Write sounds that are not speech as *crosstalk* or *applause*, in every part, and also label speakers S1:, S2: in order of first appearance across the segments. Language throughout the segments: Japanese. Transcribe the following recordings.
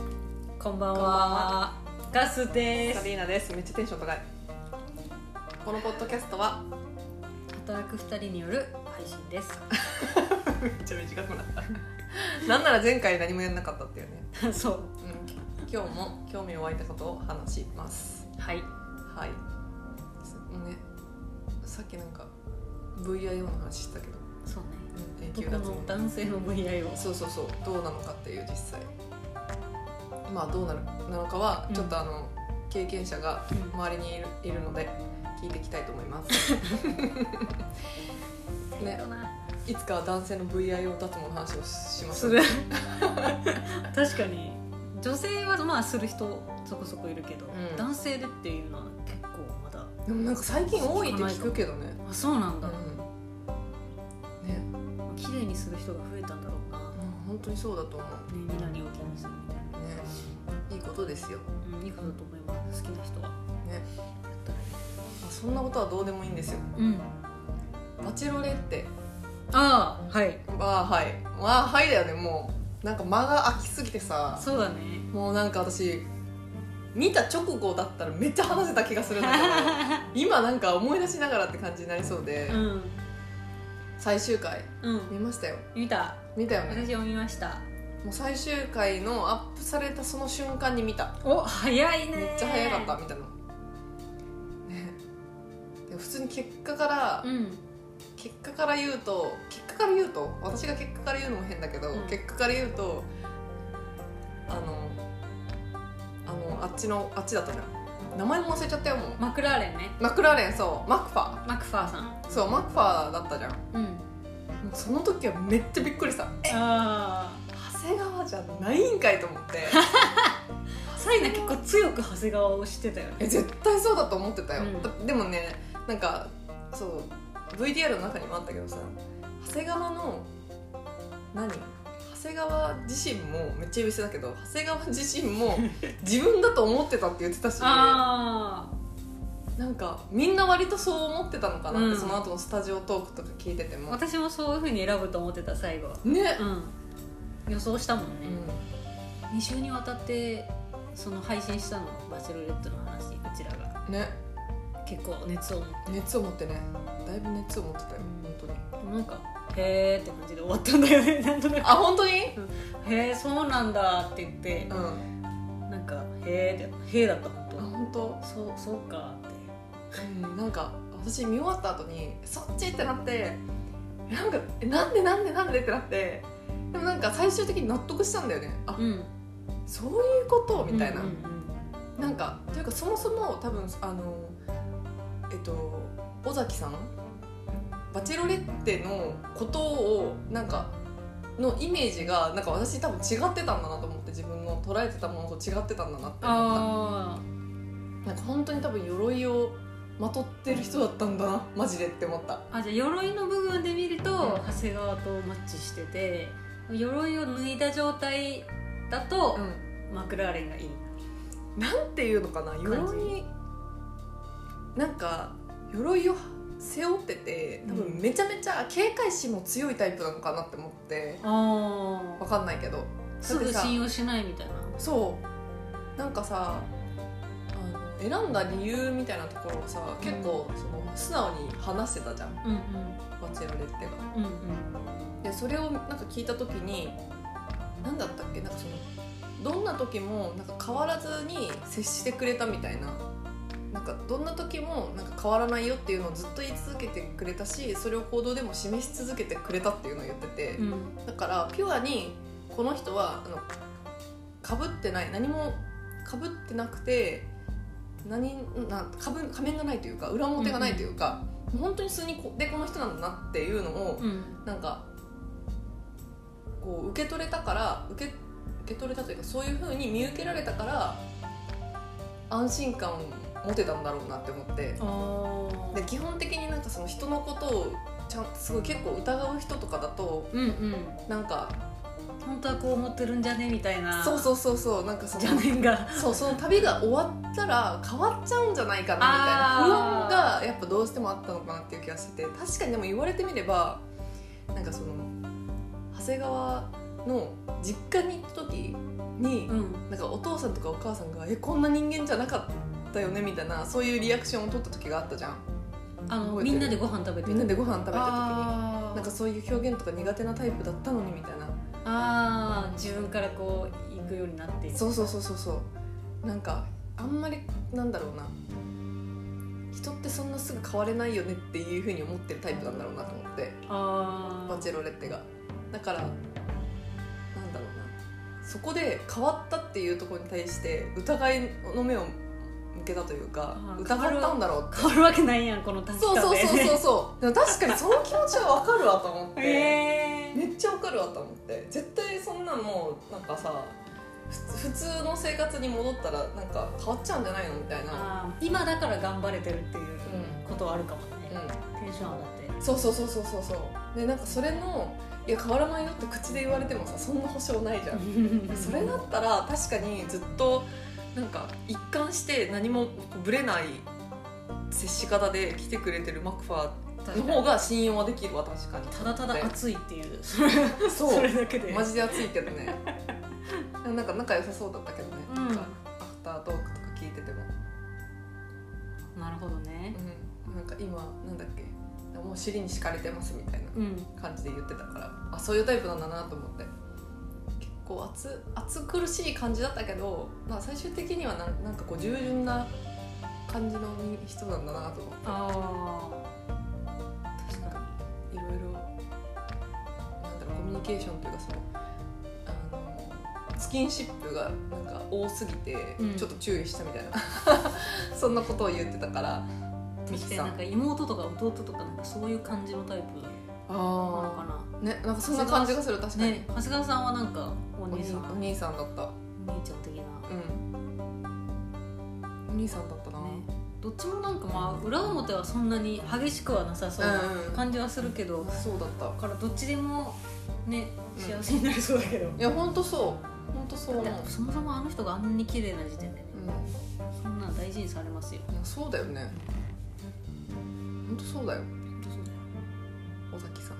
S1: ばん
S2: こんばん
S1: は
S2: は。
S1: ガスで
S2: サ
S1: す。
S2: ビーナですめっちゃテンション高いこのポッドキャストは
S1: 働く二人による配信です。
S2: めっちゃ短くなった *laughs* なんなら前回何もやんなかったっていう
S1: *laughs*
S2: ね、
S1: そう。
S2: うん、今日も興味を湧いたことを話します
S1: はい。
S2: はいすもうねさっきなんか VIO の話したけど
S1: そうね。
S2: うん永
S1: 僕
S2: 久脱
S1: の
S2: 毛
S1: 男性の VI を。
S2: そうそうそうどうなのかっていう実際まあどうなるなのかは
S1: うん
S2: ちょっとあの、経験者が
S1: うん
S2: 周りにいるいるので聞いていきたいと思いますねいつかは男性の VIO 脱毛の話をします
S1: する。 *laughs* 確かに。女性はまあする人そこそこいるけど、
S2: うん
S1: 男性でっていうのは結構まだ。
S2: でもなんか最近多いって聞くけどね
S1: あ、そうなん
S2: う
S1: だ。
S2: んね
S1: 綺麗にする人が増えたんだろうな。ね、
S2: うん本当にそうだと思
S1: 身なりを気にするみたいな。
S2: うねいいことですよ、
S1: うん、いいことだと思います。好きな人は。
S2: ね
S1: やったらいい
S2: まあそんなことはどうでもいいんですよ
S1: うん。
S2: バチェロレッテ
S1: ああ、はい。
S2: まあはいまあはいだよねもうなんか間が空きすぎてさ
S1: そうだね。
S2: もうなんか私見た直後だったらめっちゃ話せた気がするんだけど
S1: *laughs*
S2: 今なんか思い出しながらって感じになりそうで、
S1: うん。
S2: 最終回
S1: うん。
S2: 見ましたよ
S1: 見た。
S2: 見たよね
S1: 私読みました。
S2: もう最終回のアップされたその瞬間に見た
S1: お、早いね。
S2: めっちゃ早かった。みたいなねで普通に結果から、
S1: うん。
S2: 結果から言うと結果から言うと私が結果から言うのも変だけど、
S1: うん
S2: 結果から言うとあのあのあっちのあっちだったじゃん名前も忘れちゃったよもう
S1: マクラーレンね。
S2: マクラーレンそうマクファ
S1: マクファーさん。
S2: そうマクファだったじゃんも
S1: うん。
S2: うその時はめっちゃびっくりした
S1: あ
S2: 長谷川じゃないんかいと思って
S1: あ。サイナ結構強く長谷川をしてたよね。
S2: え絶対そうだと思ってたよ、
S1: うん
S2: だでもねなんかそう VTR の中にもあったけどさ長谷川の何長谷川自身もめっちゃ呼び捨てだけど長谷川自身
S1: *laughs*
S2: も自分だと思ってたって言ってたし
S1: あ
S2: なんかみんな割とそう思ってたのかなって、
S1: うん
S2: その後のスタジオトークとか聞いてて
S1: あ。
S2: も
S1: 私もそういう風に選ぶと思ってた最後は。
S2: ね、
S1: うん。予想したもんね。二週にわたってその配信したのバチェロレットの話、こちらが
S2: うんね
S1: 結構熱を持って。
S2: 熱を持ってねだいぶ熱を持ってたよ
S1: うん
S2: 本当に
S1: なんかへーって感じで終わったんだよね。なんとなく
S2: あ本当に
S1: へーそうなんだって言って
S2: うん。あ
S1: なんか「へえ」って「へえ」だった本
S2: 本当
S1: 当そうそうかって
S2: うんなんか私見終わった後にそっちってなってなんかえなんでなんでなんでってなってでもなんか最終的に納得したんだよねあ
S1: うん
S2: そういうことみたいな、
S1: うんうん
S2: なんかというかそもそも多分あのえっと尾崎さんバチェロレッテのことをなんかのイメージがなんか私多分違ってたんだなと思って自分の捉えてたものと違ってたんだなって思った
S1: あ
S2: なんか本当に多分鎧をまとってる人だったんだなマジでって思った
S1: ーあじゃあ鎧の部分で見ると
S2: うん
S1: 長谷川とマッチしてて鎧を脱いだ状態だと、
S2: う
S1: マクラーレンがいい
S2: ん、なんていうのかな鎧なんか鎧を背負ってて多
S1: う
S2: 分
S1: ん
S2: めちゃめちゃ警戒心も強いタイプなのかなって思って
S1: あ
S2: わかんないけど
S1: すぐ
S2: だって
S1: 信
S2: さ
S1: 用しないみたいな
S2: そうなんかさあの選んだ理由みたいなところをさ結構その素直に話してたじゃん
S1: うん
S2: バチェロレッテが。
S1: うんうん
S2: でそれをなんか聞いた時に何だったっけなんかそのどんな時もなんか変わらずに接してくれたみたいななんかどんな時もなんか変わらないよっていうのをずっと言い続けてくれたしそれを行動でも示し続けてくれたっていうのを言ってて、
S1: うんうん
S2: だからピュアにこの人はかぶってない何もかぶってなくて何なかぶ仮面がないというか裏表がないというか、本当に素にこでこの人なんだなっていうのを
S1: うん
S2: なんかこう受け取れたから受け受け取れたというかそういうふうに見受けられたから安心感を持てたんだろうなって思って
S1: あー
S2: で基本的になんかその人のことをちゃんすごい結構疑う人とかだと
S1: うんうん
S2: なんか
S1: 本当はこう思ってるんじゃねみたいな
S2: そうそうそうそうなんかそ
S1: じゃ
S2: の
S1: ねんが
S2: そうその旅が終わったら変わっちゃうんじゃないかなみたいな不安がやっぱどうしてもあったのかなっていう気がしてて確かにでも言われてみればなんかその長谷川の実家に行った時に、
S1: うん
S2: なんかお父さんとかお母さんが「えこんな人間じゃなかったよね」みたいなそういうリアクションを取った時があったじゃん
S1: あの
S2: 覚えてる
S1: みんなでご飯食べて
S2: みんなでご飯食べた時
S1: あ
S2: に
S1: ー
S2: なんかそういう表現とか苦手なタイプだったのにみたいな
S1: あー自分からこう行くようになって
S2: そうそうそうそうそうなんかあんまりなんだろうな人ってそんなすぐ変われないよねっていうふうに思ってるタイプなんだろうなと思って
S1: あ
S2: バチェロレッテがだからなんだろうなそこで変わったっていうところに対して疑いの目を向けたというか
S1: あー
S2: 疑ったんだろうって
S1: あ変わるわけないやんこの立ち
S2: そう
S1: 方
S2: そう
S1: で
S2: そう
S1: *laughs*
S2: そうそうでも確かにその気持ちはわかるわと思って、
S1: へ
S2: めっちゃわかるわと思って絶対そんなんもうなんかさふ普通の生活に戻ったらなんか変わっちゃうんじゃないのみたいな、
S1: あー今だから頑張れてるっていう
S2: う
S1: ことはあるかもね、
S2: う
S1: テンション上がって
S2: ん、そうそうそうそうそうそうでなんかそれの「いや変わらないよ」って口で言われてもさそんな保証ないじゃんそれだったら確かにずっとなんか一貫して何もぶれない接し方で来てくれてるマクファーの方が信用はできるわ確かに
S1: ただただ暑いっていうそ
S2: *laughs* そう
S1: れだけで
S2: マジで暑いけどねでもなんか仲良さそうだったけどね、
S1: うん
S2: なんかアフタートークとか聞いてても、
S1: なるほどね
S2: うん、なんか今なんだっけもう尻に敷かれてますみたいな
S1: うん
S2: 感じで言ってたからあそういうタイプなんだなと思って結構暑暑苦しい感じだったけど、まあ、最終的にはなんなんかこう従順な感じの人なんだなと思って
S1: ああ確か
S2: いろいろなんだろうコミュニケーションというかそのあのスキンシップがなんか多すぎて、
S1: うん
S2: ちょっと注意したみたいな *laughs* そんなことを言ってたから
S1: に
S2: ミ
S1: そし
S2: キ
S1: て
S2: さ
S1: なん
S2: ん
S1: か妹とか弟とかなんかそういう感じのタイプなの
S2: あ
S1: か
S2: あねなんかそんな感じがする確
S1: な
S2: かに、
S1: ね長谷川さんはなんかお
S2: お
S1: 兄
S2: 兄
S1: さん
S2: お兄さんだった
S1: お兄ちゃん的な
S2: うんお兄さんだったな、
S1: ねどっちもなんかまあ裏表はそんなに激しくはなさそうな
S2: うんうん
S1: 感じはするけど、だ
S2: そうだった
S1: からどっちでもね
S2: うん
S1: 幸せになりそうだけど、
S2: いや本当そう本当そう思う、
S1: だってそもそもあの人があんなに綺麗な時点でね、
S2: う
S1: そんなん大事にされますよ
S2: ん、いやそうだよね本当そうだよ
S1: 本当そうだよ
S2: 尾崎さん、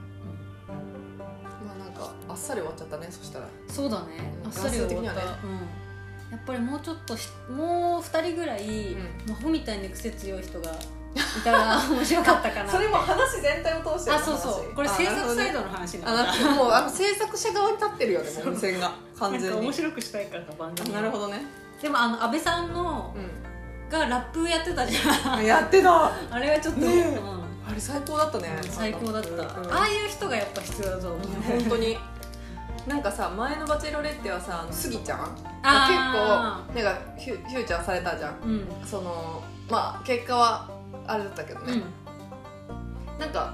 S2: まあなんかあっさり終わっちゃったねそしたら
S1: そうだね
S2: うん
S1: あっさり終
S2: 男性的に
S1: わ
S2: は
S1: っ
S2: ね
S1: た、うん、やっぱりもうちょっとしもう2人ぐらい、
S2: ん
S1: 魔法みたいに癖強い人がいたら面白かったかな
S2: *laughs* それも話全体を通して
S1: あそうそうこれ制作サイ
S2: ド
S1: ドの話な
S2: あ
S1: んだ
S2: なるほどねあなるほどもうあの制作者側に立ってるよねもう目線が完
S1: なん
S2: 全
S1: か
S2: に
S1: 面白くしたいから番組を
S2: なるほどね
S1: でもあの安倍さんのがラップやってたじゃ
S2: うんやってた
S1: んあれはちょっと、
S2: ねえ
S1: うん
S2: あれ最高だったね
S1: 最高だった、
S2: うん
S1: ああいう人がやっぱ必要だと思う
S2: 本当になんかさ前の「バチェロレッテ」はさあのスギちゃんが
S1: あ
S2: 結構なんかフュフューチャーされたじゃん
S1: うんうん
S2: そのまあ結果はあれだったけどね、なんか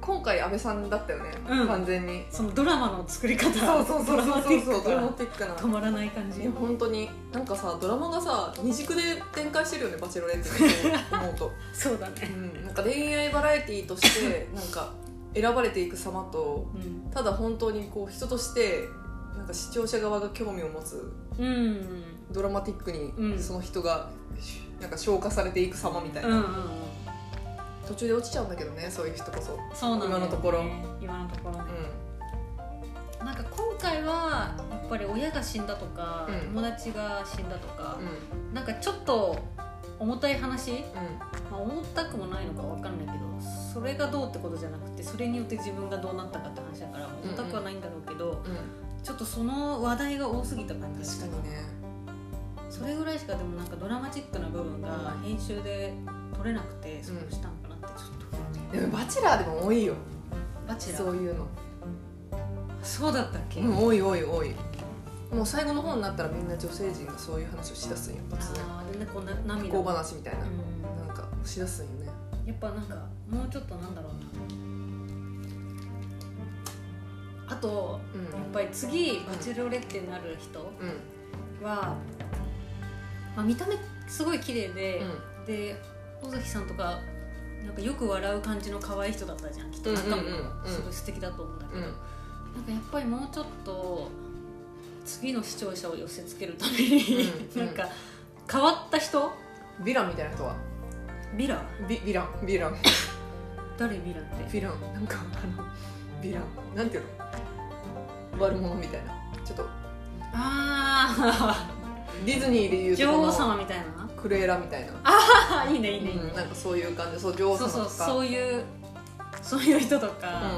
S2: 今回安倍さんだったよね、
S1: うん
S2: 完全に
S1: そのドラマの作り方
S2: そうそうそ
S1: ド
S2: う
S1: ラ
S2: そ
S1: マ
S2: う
S1: テ
S2: そう
S1: ィック
S2: ド
S1: か
S2: ラマ
S1: ら
S2: ティックな
S1: 止まらない感じ
S2: いや本当になんかさドラマがさ二軸で展開してるよね「バチェロレッテ」って思うと、
S1: そうだ
S2: う
S1: ね
S2: ん、なんか恋愛バラエティーとしてなんか選ばれていく様と
S1: うん
S2: ただ本当にこう人としてなんか視聴者側が興味を持つ
S1: うん
S2: ドラマティック
S1: う
S2: に
S1: ん
S2: その人がしなんか消化されていく様みたいな、
S1: うんうん
S2: 途中で落ちちゃうんだけどねそういう人こそ、う
S1: そうなんだよね
S2: 今のところ
S1: 今のところね
S2: ん、
S1: なんか今回はやっぱり親が死んだとか、
S2: うん
S1: 友達が死んだとか
S2: うん、、
S1: なんかちょっと重たい話、
S2: うん
S1: まあ、重たくもないのかわかんないけどそれがどうってことじゃなくてそれによって自分がどうなったかって話だから重たくはないんだろうけど、
S2: うん、
S1: ちょっとその話題が多すぎた感じが
S2: 確かにね
S1: それぐらいしかでもなんかドラマチックな部分が編集で取れなくてそうしたのかなってちょっと、
S2: でも「バチェラー」でも多いよ
S1: バチェラ
S2: そ
S1: ー
S2: ういうの、
S1: そうだったっけ、
S2: うん、多い多い多いもう最後の方になったらみんな女性陣がそういう話をしだすんよ突然
S1: ああでねこうな
S2: 不
S1: 涙
S2: 幸話みたいな、
S1: うん
S2: なんかしだすんよね
S1: やっぱなんかもうちょっとなんだろうなあと
S2: う
S1: やっ
S2: ん
S1: ぱり次バチェロレッテになる人
S2: うん
S1: は、まあ、見た目すごい綺麗で
S2: う、ん
S1: で尾崎さんとかなんかよく笑う感じの可愛い人だったじゃんきっと
S2: うん
S1: 中も
S2: うんうんうん
S1: すごい素敵だと思うんだけど、
S2: うん
S1: なんかやっぱりもうちょっと次の視聴者を寄せつけるために、
S2: うんうん
S1: なんか変わった人
S2: ヴィランみたいな人は
S1: ビラ
S2: ヴィヴィランヴィランヴ
S1: 誰ビラって
S2: ィランなんか
S1: あの
S2: ヴィランなんていうの悪者みたいなちょっと
S1: あ
S2: ディズニーでい
S1: あ
S2: うとこ
S1: 女王
S2: の
S1: 様みたいな
S2: クレーラみたいな、
S1: あいいねいいね、いいね
S2: うんなんかそういう感じそう女王
S1: そう
S2: 様と
S1: そう
S2: か
S1: そういうそういう人とか、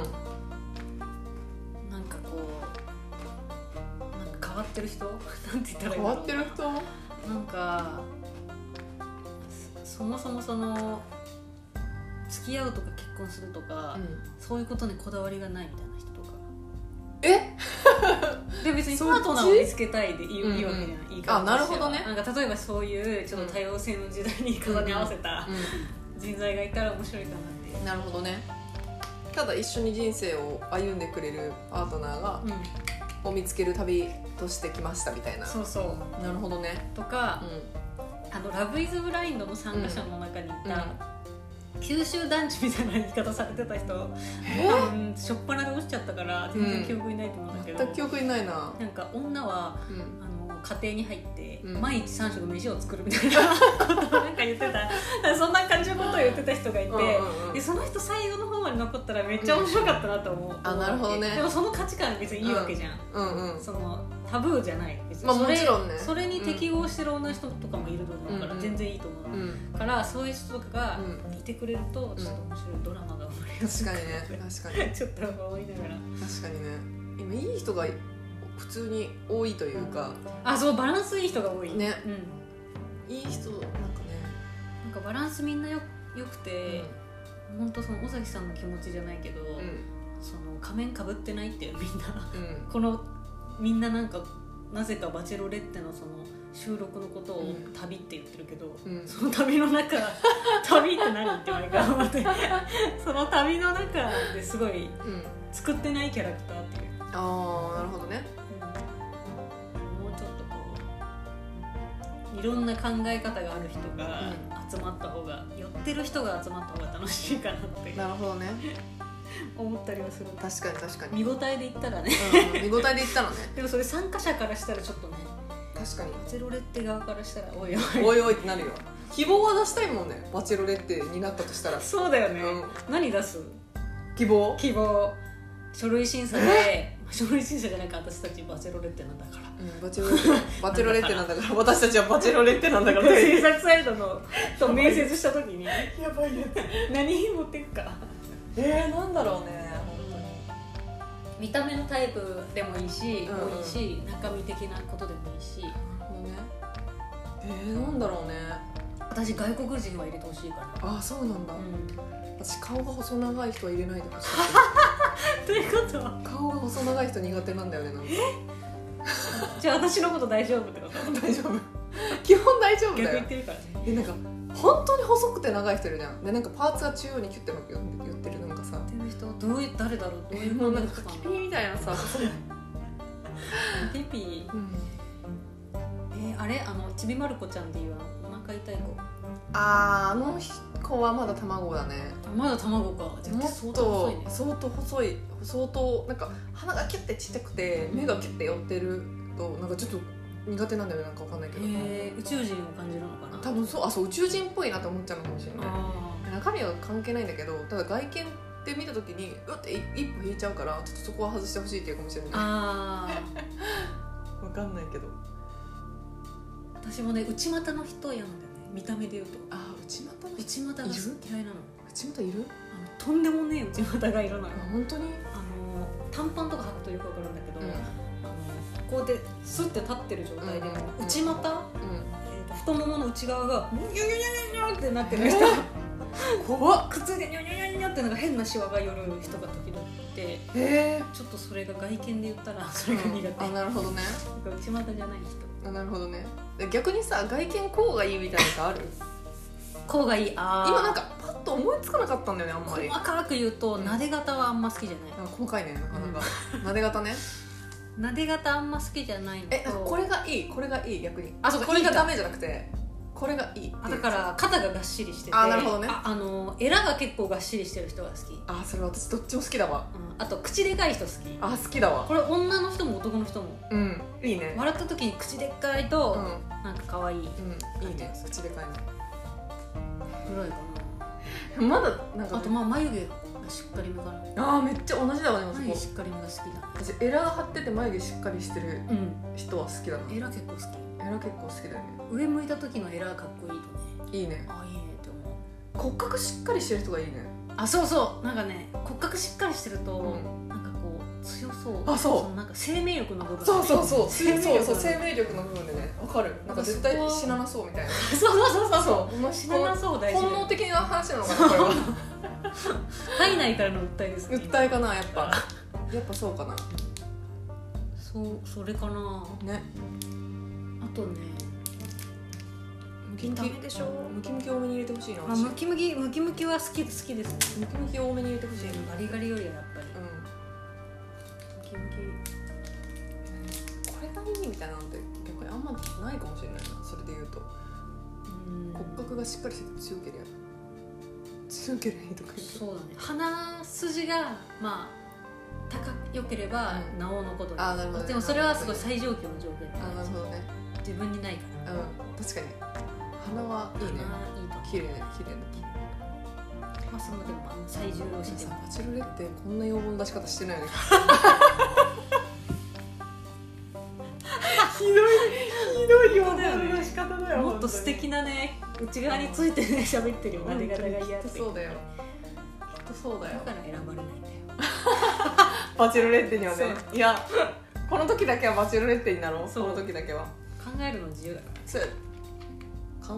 S2: う
S1: なんかこうなんか変わってる人 *laughs* なんて言った
S2: ん
S1: らいいん
S2: 変
S1: だ
S2: わ
S1: ろう
S2: ってる人
S1: なんかそそもそもその付き合うとか結婚するとか、そういうことにこだわりがないみたいな人とか
S2: え
S1: で別にパ
S2: そっち
S1: ートナーを見つけたいでいい,、いいわけじゃ
S2: うん
S1: な
S2: うん
S1: いいいかも
S2: あなるほどね
S1: なんか例えばそういうちょっと多様性の時代に重ね合わせた人材がいたら面白いかなっていう
S2: なるほどねただ一緒に人生を歩んでくれるパートナーが
S1: うん、
S2: を見つける旅としてきましたみたいな
S1: そうそう
S2: なるほどね
S1: とか
S2: う、ん
S1: あの「ラブ・イズ・ブラインド」の参加者の中にいた、九州男児みたいな言い方されてた人、うん、しょっぱなで落ちちゃっぱなで落ちちゃったから全然記憶にないと思うんだけど、
S2: 全く記憶にないな
S1: なんか女は
S2: うん
S1: あの家庭に入って、
S2: うん
S1: 毎日3食飯を作るみたいな *laughs* ことをなんか言ってたそんな感じのことを言ってた人がいて。
S2: うんうん
S1: でその人最後の方まで残ったらめっちゃ面白かったなと思う、
S2: あなるほどね
S1: でもその価値観別にいいわけじゃん、
S2: うんうんうん
S1: そのタブーじゃない別に
S2: まあ
S1: それ
S2: もちろんね
S1: それに適応してる女の人とかもいると思うから、
S2: うん
S1: 全然いいと思う、
S2: うん
S1: からそういう人とかが
S2: う
S1: いてくれるとちょっと面白いドラマが生まれる
S2: 確かにね確か
S1: *laughs*
S2: に
S1: ちょっと思いながら
S2: 確かにね今いい人が普通に多いというか
S1: あそうバランスいい人が多い
S2: ね
S1: うん、
S2: いい人なんかね
S1: なんかバランスみんなよよくて、本当その尾崎さんの気持ちじゃないけど、
S2: うん
S1: その仮面かぶってないっていうみんな *laughs*
S2: うん
S1: このみんななんかなぜか「バチェロレッテ」のその収録のことを
S2: うん
S1: 旅って言ってるけど、
S2: うん
S1: その旅の中 *laughs* 旅って何って俺が思って *laughs* その旅の中ですごい
S2: うん
S1: 作ってないキャラクターっていう
S2: ああなるほどね
S1: もうちょっとこういろんな考え方がある人が集まった方が、寄ってる人が集まった方が楽しいかなって
S2: なるほどね
S1: 思ったりはする
S2: 確かに確かに、
S1: 見応えで言ったらね
S2: うん、見応えで言ったのね
S1: でもそれ参加者からしたらちょっとね
S2: 確かに
S1: ゼロレッテ側からしたらおいおい
S2: おいおいってなるよ希望は出したいもんねバチェロレッテになったとしたら、
S1: そうだよね、
S2: う
S1: 何出す
S2: ん、希望
S1: 希望書類審査で書類審査じゃないか私たちバチェロレッテなんだから
S2: うん、バチェロレッ *laughs* テバチェロレッテなんだから私たちはバチェロレッテなんだ *laughs* から
S1: 制作サイドのと面接した時に
S2: やば *laughs* いやつ
S1: 何持ってくか
S2: えー、なんだろうね本
S1: 見た目のタイプでもいいし、
S2: うんうん
S1: 多いし中身的なことでもいいし
S2: 当にねえー、なんだろうね
S1: 私外国人は入れてほしいか
S2: ああそうなんだ、
S1: ら、うん、 *laughs*
S2: 私顔が細長い人は入れないでほしい
S1: ということは
S2: 顔が細長い人苦手なんだよねなんか
S1: じゃあ私のこと *laughs* 大丈夫ってこと
S2: 大丈夫 *laughs* 基本大丈夫
S1: 逆
S2: だ
S1: 言
S2: よ
S1: ってるからね
S2: えなんか本当に細くて長い人いるじゃんでなんかパーツが中央にキュッての言ってるなんかさ
S1: 言ってる人どういう誰だろうどういう
S2: もうなん
S1: 人
S2: か
S1: な
S2: キピーみたいな
S1: *laughs*
S2: さ、
S1: ピピえーあれあのちびまる子ちゃんっていうあのお腹痛い子
S2: あーあの子はまだ卵だね
S1: まだ卵か絶
S2: も
S1: 対
S2: っ
S1: 相当細いね
S2: と相当細い相当なんか鼻がキュッてちっちゃくて目がキュッて寄ってるとなんかちょっと苦手なんだよねなんかわかんないけど
S1: えー宇宙人を感じるのかな
S2: 多分そうあそう宇宙人っぽいなと思っちゃうのかもしれない
S1: あ
S2: 中身は関係ないんだけどただ外見って見た時にうって一一歩引いちゃうからちょっとそこは外してほしいっていうかもしれ
S1: ー
S2: な
S1: あー
S2: いわかんないけど
S1: 私もね内股の人嫌なんだよね見た目で言うと
S2: あー内股の人
S1: 内股がす嫌いなの
S2: 内股いる
S1: あのとんでもねえ内股がいるのよ
S2: あ本当に
S1: あの短パンとか履くとよくわかるんだけど、
S2: うん
S1: あのこうやってスッて立ってる状態でも
S2: うんうんうん
S1: 内股、え
S2: う
S1: ーと太ももの内側がニョニョニョニョニョってなってる人
S2: ん *laughs* 怖っ
S1: 靴でニョニョニョニョってなんか変なシワが寄る人が時々いて
S2: え
S1: ちょっとそれが外見で言ったらそ
S2: え
S1: れが苦手、
S2: あ
S1: なんか
S2: なるほどね
S1: 内股じゃない人
S2: あなるほどねで逆にさ外見こうがいいみたいなのってある
S1: こうがいいあー
S2: 今なんかパッと思いつかなかったんだよねあんまり
S1: 細かく言うと
S2: うん
S1: 撫で型はあんま好きじゃない、
S2: あ細かいねなかなかなで型ね
S1: 撫で型あんま好きじゃないのと
S2: えなんかこれがいいこれがいい逆に
S1: あそう
S2: これ
S1: いい
S2: が
S1: か
S2: ダメじゃなくてこれがいいっていう
S1: あだから肩ががっしりしてて
S2: あなるほどね
S1: ああのエラが結構がっしりしてる人が好き、うん、
S2: あそれ私どっちも好きだわ
S1: あと口でかい人好き
S2: あ好きだわ
S1: これ女の人も男の人も
S2: うんいいね
S1: 笑った時に口でっかいうと、
S2: ん
S1: なんか可愛い
S2: うんいいね口でかい
S1: ぐらいか
S2: *laughs* のまだなん
S1: な
S2: か
S1: あとまあ眉毛しっかりめかな
S2: あーめっちゃ同じだわねあそ
S1: 眉毛し
S2: こ
S1: っかりめが好きだ
S2: 私エラー張ってて眉毛しっかりしてる
S1: うん
S2: 人は好きだなエ
S1: エラ結構好き
S2: ラ結構好きだよね
S1: 上向いた時のエラかっこいいとね
S2: いいね
S1: あいいねって思う
S2: 骨格しっかりしてる人がいいね
S1: あそうそうなんかね骨格しっかりしてると、
S2: うん
S1: なんかこう強そう
S2: あそう
S1: のなんか生命力の部分
S2: そうそうそう
S1: 生命
S2: *laughs* 生命
S1: 力
S2: 力そう生命力の部分でねわかるなんか絶対死ななそうみたいな
S1: *laughs* そうそうそうそう
S2: *laughs* そう
S1: 死ななそう大事
S2: 本能的な話なのかなこれは *laughs*
S1: 体内からの訴えですね
S2: 訴えかなやっぱやっぱそうかな
S1: そうそれかな
S2: ね
S1: あとね
S2: ムキムキ
S1: ダメでしょ
S2: ムキムキ多めに入れてほしいな
S1: あ
S2: 私
S1: ム
S2: ム
S1: キムキムキムキは好き好きです
S2: キムキ多めに入れてほしい
S1: ガリガリよりはやっぱり
S2: うん
S1: ムキムキ
S2: これがいいみたいなのって逆にあんまないかもしれないなそれで言うと
S1: うん
S2: 骨格がしっかりしてて強ければ強ければいいとか言う
S1: そうだね鼻筋がまあ高良ければ
S2: うん
S1: なおのことに
S2: あーなるほどね
S1: でもそれはすごい最上級の条件
S2: あなるほどね
S1: 自分にないから
S2: うん確かに鼻はいいね
S1: あーいいと
S2: 綺麗綺麗だ
S1: まあそのでもまあ最重要視で
S2: さ
S1: も
S2: バチェロレってこんな要望の出し方してないよねひどいひどい要望の出し方だよ
S1: もっと素敵なね内側についてね喋ってるよ
S2: 本当
S1: 何
S2: に
S1: が嫌って
S2: きっとそうだよきっとそうだ
S1: だ
S2: よ
S1: から選ばれないんだよ
S2: バチェロレッテにはね
S1: そ
S2: いやこの時だけはバチェロレッテになろう
S1: そう
S2: この時だけは
S1: 考えるの自由だから
S2: そう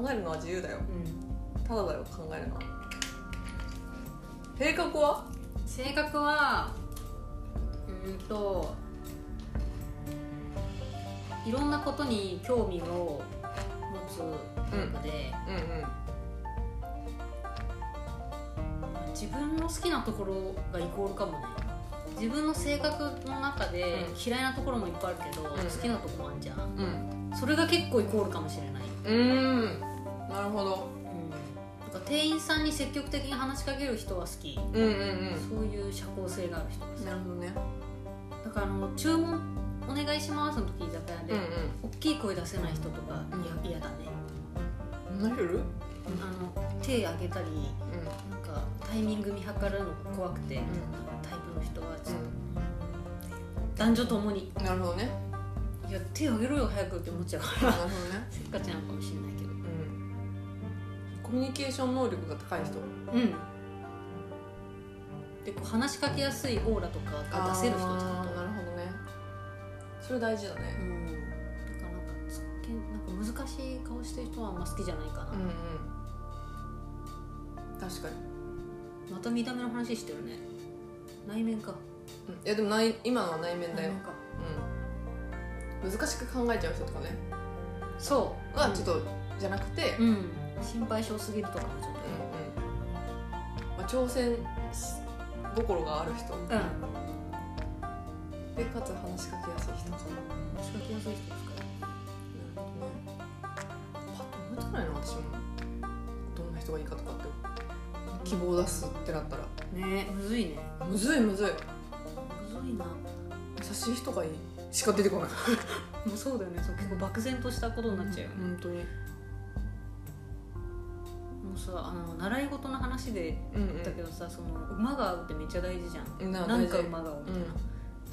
S2: 考えるのは自由だよ
S1: うん
S2: ただだよ考えるのは性格は
S1: 性格はうーんといろんなことに興味を持つタイプで、
S2: うんう
S1: 自分の好きなところがイコールかもね自分の性格の中で嫌いなところもいっぱいあるけど、
S2: ん
S1: 好きなとこもあるじゃん
S2: んうん
S1: それが結構イコールかもしれない、
S2: うーんなるほど
S1: うん、なんか店員さんに積極的に話しかける人は好き、
S2: うんうんうん
S1: そういう社交性がある人です
S2: なるほどね
S1: だからあの注文お願いしますの時居酒屋で、
S2: うん
S1: 大きい声出せない人とか
S2: うん
S1: いや嫌だね、
S2: うん何夜うん
S1: あの手あげたりなんかタイミング見計らうのが怖くて、タイプの人はちょっと、男女ともに
S2: うんなるほどね
S1: いや手あげろよ早くって思っちゃうか
S2: な
S1: ら
S2: るほどね
S1: せっかちなのかもしれないけど
S2: うんコミュニケーション能力が高い人
S1: うんでこう話しかけやすいオーラとかが出せる人ちゃんと
S2: あーなるほどねそれ大事だね
S1: うんだからなんかつっけなんか難しい顔してる人はあんま好きじゃないかな、
S2: うんうん確かに、
S1: また見た目の話してるね内面か
S2: うん、いやでもない今のは内面だ
S1: 内
S2: よ
S1: 面、か
S2: うん、難しく考えちゃう人とかね
S1: そう
S2: はちょっとじゃなくて、うん
S1: う
S2: うん
S1: ん、心配性すぎるとかもちょっ
S2: まあ、挑戦心がある人
S1: とうん
S2: でかつ話しかけやすい人かな
S1: 話しかけやすい人ですから
S2: なるほどねパッと思いつかないな私もどんな人がいいかとかって希望を出すってなったら
S1: ねむずいね
S2: むずいむず
S1: むずい
S2: い
S1: なも
S2: 優しい人がいいしか出てこないう
S1: そうだよねそう結構漠然としたことになっちゃうよね、
S2: 本当に
S1: もうさあの習い事の話で
S2: うん
S1: だけどさその馬が合うってめっちゃ大事じゃん
S2: うん
S1: な
S2: な
S1: んか
S2: 大事
S1: 馬が合うみた
S2: う
S1: いな、
S2: ん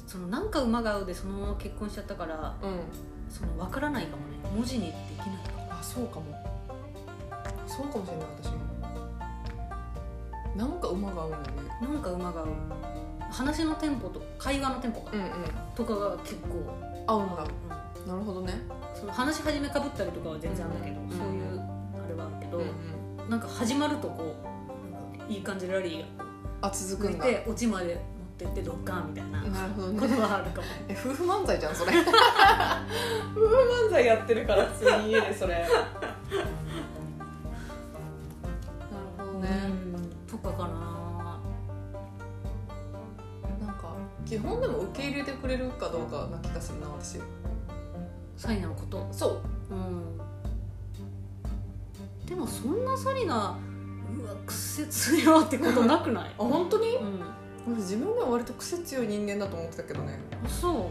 S1: そのなんか馬が合うでそのまま結婚しちゃったから
S2: うん
S1: その分からないかもね文字にできないかも
S2: あそうかもそうかもしれない私もなんか馬が合うんだよね
S1: なんか馬が合う話のテンポと会話のテンポか、
S2: うんうん
S1: とかが結構、
S2: 合うんだ
S1: う
S2: なるほどね
S1: んその話し始めかぶったりとかは全然あるんだけど、
S2: うん
S1: そういうあれはあるけど、
S2: うんうん
S1: なんか始まるとこうなんかいい感じでラリーが
S2: あ続くんだ
S1: でオチまで持ってってドッカンみたいなこ
S2: なるほどね
S1: とはあるかも
S2: え夫婦漫才じゃんそれ夫婦漫才やってるから普通に家でそれなるほどね、
S1: うんとかかな
S2: なんか基本でも受け入れてくれるかどうかな気がするな私
S1: サリナのこと
S2: そう
S1: うんでもそんなサリナうわ癖強いってことなくない
S2: あ本当に
S1: うん
S2: 私自分では割と癖強い人間だと思ってたけどね、
S1: あそ
S2: うん、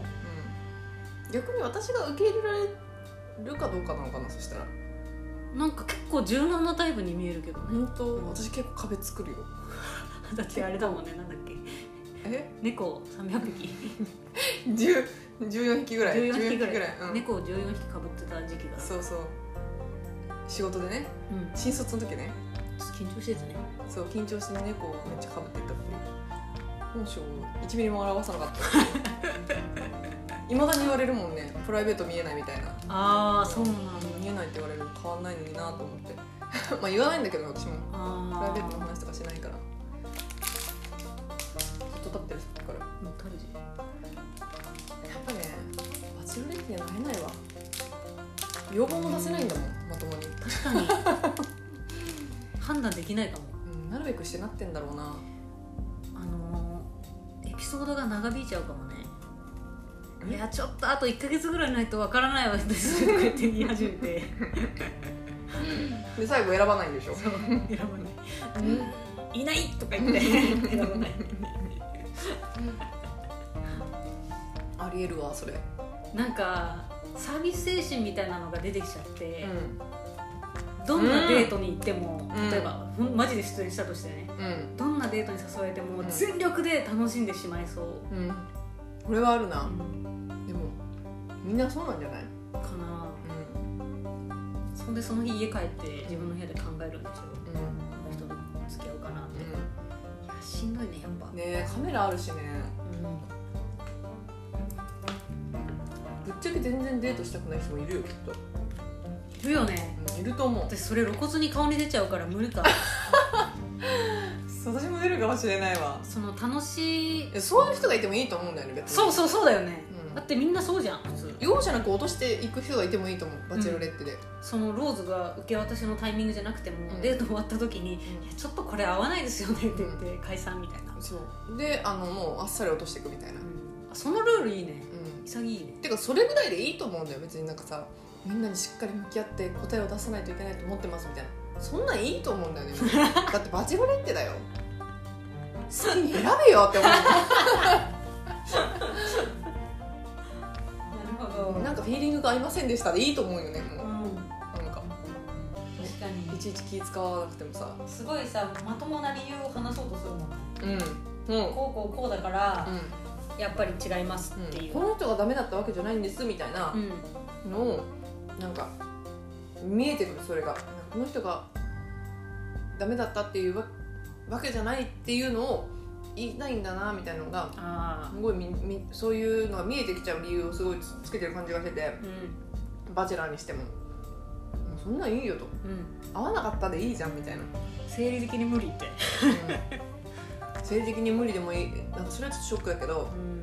S2: 逆に私が受け入れられるかどうかなのかなそしたら
S1: うなんか結構柔軟なタイプに見えるけどね *laughs*
S2: 本当私結構壁作るよ
S1: だってあれだもんねなんだっけ
S2: え
S1: 猫300匹
S2: 10 14匹ぐらい
S1: 14匹ぐらい
S2: うん
S1: 猫を14匹かぶってた時期が
S2: そうそう仕事でね
S1: うんち
S2: 新卒の時ね
S1: ょっと緊張してたね
S2: そう緊張して猫をめっちゃかぶってたって本性を1ミリも表さなかったいまだに言われるもんねプライベート見えないみたいな
S1: ああそうなんだ
S2: 見えないって言われるの変わんないのになと思って *laughs* まあ言わないんだけど私もプライ
S1: あ
S2: ベート
S1: あ
S2: の話とかしないからずっと立ってるさっきからや
S1: ノスタルジー
S2: っぱねバチェロレッテにはなれないわ要望も出せないんだもんまともに、
S1: 確かに *laughs* 判断できないかも
S2: うん、なるべくしてなってんだろうな
S1: あのーエピソードが長引いちゃうかもね
S2: ん
S1: いやちょっとあと1か月ぐらいないとわからないわですとか言って言い始めて
S2: で最後選ばないんでし
S1: *laughs*
S2: ょ
S1: そう選ばない、いないとか言って選ばない
S2: ありえるわそれ
S1: *laughs* なんかサービス精神みたいなのが出てきちゃって、
S2: う
S1: どんなデートに行っても、
S2: うん
S1: 例えば、ふんマジで出演したとしてね
S2: んうん
S1: どんなデートに誘われても
S2: うん
S1: 全力で楽しんでしまいそう、
S2: うん、これはあるな、
S1: うん
S2: でもみんなそうなんじゃない、
S1: かなそんでその日家帰って自分の部屋で考えるんでしょ
S2: う
S1: この人と付き合おうかなって、いやしんどいねやっぱ、
S2: んねえカメラあるしね
S1: うん
S2: ぶっちゃけ全然デートしたくない人もいるよきっと、
S1: いるよね
S2: うんいると思
S1: 私それ露骨に顔に出ちゃうから無
S2: *laughs*
S1: 理か
S2: う私も出るかもしれないわ
S1: その楽しい
S2: いやそういう人がいてもいいと思うんだよね別に
S1: そうそうそうだよね、
S2: うん
S1: だってみんなそうじゃん普通
S2: 容赦なく落としていく人がいてもいいと思うバチェロレッテで、
S1: そのローズが受け渡しのタイミングじゃなくても、
S2: うん
S1: デート終わった時に「いやちょっとこれ合わないですよね」って言っ
S2: う
S1: て解散みたいな、
S2: そうであのもうあっさり落としていくみたいな、うん
S1: あそのルールいいね潔いね
S2: てかそれぐらいでいいと思うんだよ別になんかさみんなにしっかり向き合って答えを出さないといけないと思ってますみたいなそんなんいいと思うんだ
S1: *laughs*
S2: よねだってバチェロレッテだよ好きに選べよって思
S1: なるほ
S2: う *laughs* なんかフィーリングが合いませんでしたでいいと思うよねもうなんか
S1: 確か
S2: い
S1: に
S2: ちいち気使わなくてもさ
S1: すごいさまともな理由を話そうとするもんね
S2: うんも
S1: こうこうこうだから
S2: う、、
S1: やっぱり違います
S2: うん
S1: っていう、
S2: この人がダメだったわけじゃないんですみたいな
S1: うん
S2: のをなんか見えてくるそれがこの人がダメだったっていうわわけじゃないっていうのを言いたいんだなみたいなのが
S1: ああ
S2: すごいみみそういうのが見えてきちゃう理由をすごいつつけてる感じがしてて
S1: うん
S2: バチェラーにしてももうそんなんいいよと
S1: うん
S2: 合わなかったでいいじゃんみたいな、うん
S1: 生理的に無理って
S2: 生理的に無理でもいいなんかそれはちょっとショックだけど
S1: うん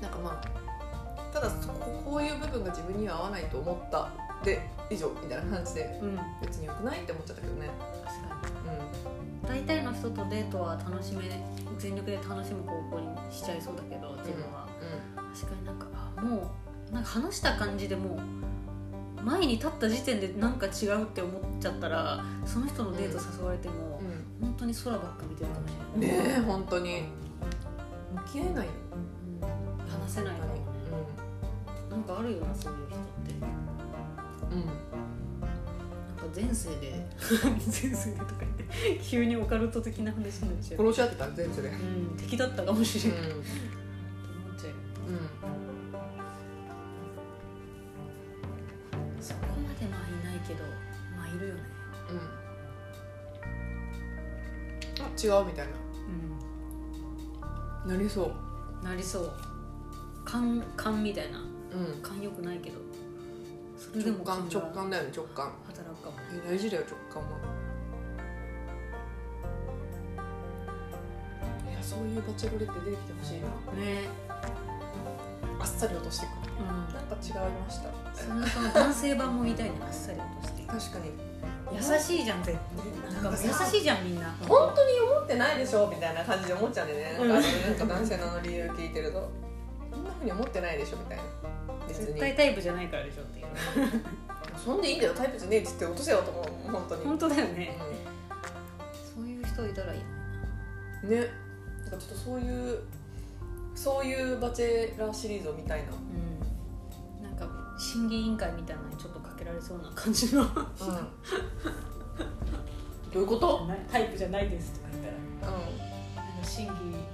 S2: なんかまあただそここういう部分が自分には合わないと思ったで以上みたいな感じで
S1: うん
S2: 別に良くないって思っちゃったけどね
S1: 確かに
S2: う
S1: 大体の人とデートは楽しめ全力で楽しむ方向にしちゃいそうだけど自分は、
S2: ん
S1: 確かになんかあもうなんか話した感じでもう前に立った時点でなんか違うって思っちゃったらその人のデート誘われても、本当に空ばっか見てるかもしれない、
S2: ねえ本当に向き合えないよ
S1: うん話せないのねなんかあるよなそういう人ってなんか
S2: うん、うん、
S1: 前世で *laughs* 前世でとか言って急にオカルト的な話になっちゃう、
S2: 殺し合ってた全世で
S1: うん、敵だったかもしれない、
S2: ん
S1: と思っちゃうよそこまでまあいないけどまあいるよね
S2: うんあ違うみたい
S1: うん
S2: ななりそう
S1: なりそう勘勘みたいな
S2: うん
S1: 勘よくないけどそれで
S2: 直
S1: も
S2: 感
S1: 勘
S2: 直
S1: が
S2: 感だよね直感
S1: 働くかも
S2: え大事だよ直感はいやそういうバチェロレって出てきてほしいな
S1: ね
S2: あっさり落としてくる
S1: うん
S2: なんか違いました
S1: そのその男性版も見たいねあっさり落として
S2: 確かに
S1: 優しいじゃん絶対なんか
S2: なんかさ
S1: 優しいじゃんみんな
S2: 本当に思ってないでしょみたいな感じで思っちゃうんでね、
S1: うん
S2: なんかなんか男性の理由聞いてるとこんなふうに思ってないでしょみたいな別
S1: 絶
S2: に
S1: 対タイプじゃないからでしょっていう
S2: そんでいいんだよタイプじゃねえって言って落とせよと思う本当に、
S1: 本当だよねそういう人いたらいい
S2: うんねなんかちょっとそういうそういうバチェラーシリーズを見たいな、
S1: うんなんか審議委員会みたいなのにちょっとかけられそうな感じの
S2: どういうこと、
S1: タイプじゃないですとか言ったら
S2: うん、
S1: 審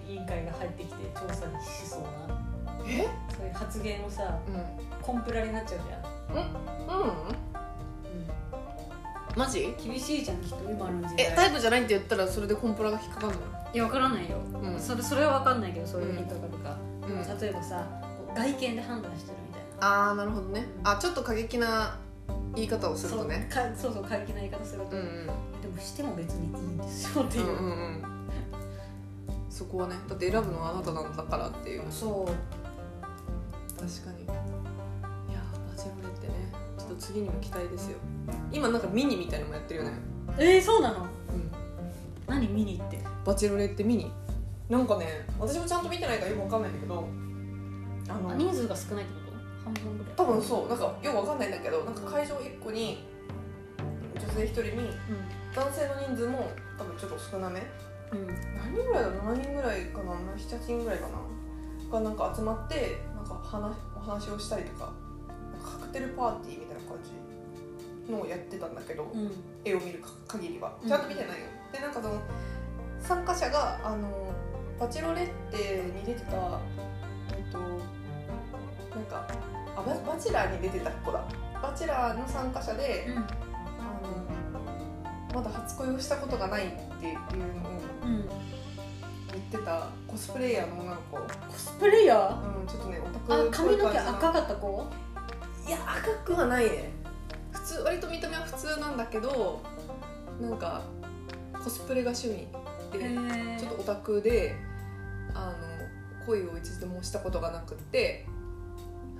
S1: 議委員会が入ってきて調査にしそうな
S2: え
S1: そういう発言もさ
S2: うん
S1: コンプラになっちゃうじ
S2: うん
S1: ゃ
S2: マジ
S1: ん、厳しいじゃんきっと今の時代
S2: えタイプじゃないって言ったらそれでコンプラが引っかかる
S1: いや分からないよ、
S2: のうん
S1: それそれは分かんないけどそういうヒントがあるか、
S2: うん
S1: でも例えばさこう外見で判断してるみたいな
S2: ああなるほどねあちょっと過激な言い方をする
S1: そ
S2: と
S1: う
S2: ね
S1: かそうそう過激な言い方すると、
S2: うんうん
S1: でもしても別にいいんですよっていうう、
S2: んうんうんそこはねだって選ぶのはあなたなんだからっていう
S1: そう
S2: 確かにいやーバチェロレってねちょっと次にも期待ですよ今なんかミニみたいなのもやってるよね、
S1: えー、そうなの
S2: うん、
S1: 何見に行って
S2: バチェロレってミニなんかね私もちゃんと見てないからよくわかんないんだけどあ
S1: あ
S2: の
S1: 人数が少ないってこと半分ぐらい
S2: 多分そうなんかよくわかんないんだけどなんか会場1個に女性1人に男性の人数も多分ちょっと少なめ
S1: うん、うん、
S2: 何人ぐらいだろう7人ぐらいかな7人ぐらいかながなんか集まってなんか話お話をしたりとかなんかカクテルパーティーみたいな感じのをやってたんだけど、
S1: うん
S2: 絵を見る限りは
S1: うん
S2: ちゃんと見てないよ、でなんかその参加者があのバチェロレッテに出てたえっとなんかあババチェラーに出てた子だバチェラーの参加者で、あのまだ初恋をしたことがないっていうのを
S1: うんうん
S2: 言ってたコスプレイヤーの女の子、う
S1: コスプレイヤー
S2: ん、ちょっとねオタク
S1: あ
S2: っぽ
S1: 髪
S2: い
S1: の
S2: 感
S1: 毛
S2: じな
S1: 赤かった子
S2: いや赤くはないね普通割と見た目は普通なんだけどなんかコスプレが趣味で、
S1: え
S2: ちょっとオタクであの恋を一度もしたことがなくって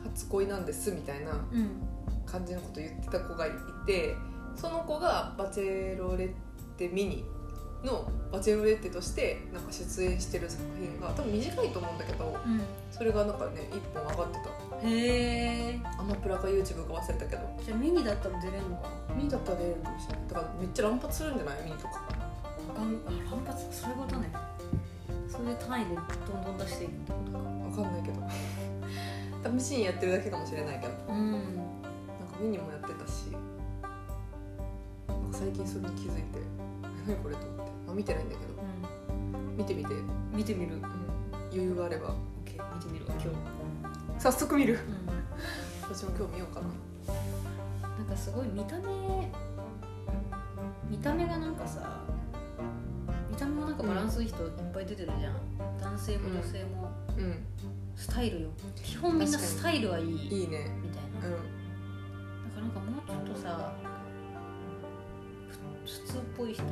S2: 初恋なんですみたいな
S1: うん
S2: 感じのこと言ってた子がいてその子が「バチェロレッテミニ」の「バチェロレッテ」としてなんか出演してる作品が多分短いと思うんだけど
S1: う
S2: それがなんかね1本上がって
S1: ん
S2: た
S1: へえ
S2: アマプラか YouTube か忘れたけど
S1: じゃあミニだったら出れるのか
S2: ミニだったら出れるかもしれないだからめっちゃ乱発するんじゃないミニとか
S1: なあんあ乱発そういうことねそういう単位でどんどん出していくってことか
S2: わかんないけど *laughs* 多分シーンやってるだけかもしれないけど
S1: うん
S2: なんかミニもやってたしなんか最近それに気づいて「何これ?」と思って、まあ、見てないんだけど
S1: う
S2: 見てみて、うん
S1: ん見てみるオッ
S2: 余裕があれば
S1: ケー見てみる今日、
S2: 早速見る
S1: うん、
S2: 私も今日見ようかな
S1: なんかすごい見た目見た目がなんかさ見た目もなんかバランスいい人いっぱい出てるじゃん、男性も女性も、
S2: うん
S1: スタイルよ基本みんなスタイルはいい
S2: いいね
S1: みたいな
S2: う
S1: だから
S2: ん
S1: なんかもうちょっとさふ普通っぽい人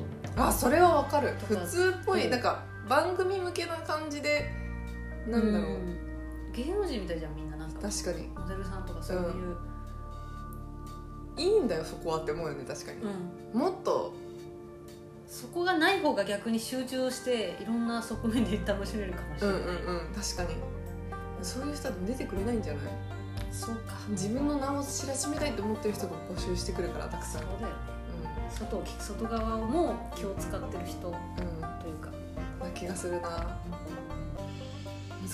S2: あそれはわかる
S1: と
S2: 普
S1: か
S2: 通っぽい、
S1: うん
S2: なんか番組向けな感じでなんだろう、
S1: ん芸能人みたいじゃんみんななんか
S2: 確かに
S1: モデルさんとかそういう、
S2: いいんだよそこはって思うよね確かに、
S1: うん
S2: もっと
S1: そこがない方が逆に集中していろんな側面で楽しめるかもし
S2: う
S1: れ
S2: ん
S1: な
S2: う
S1: い、
S2: んうん確かにそういう人は出てくれないんじゃない
S1: そうか
S2: 自分の名を知らしめたいと思ってる人が募集してくるからたく
S1: そ
S2: さ、
S1: うん
S2: うん
S1: だよね外を外側も気を使ってる人
S2: うん、な
S1: というか、ね
S2: 気がするな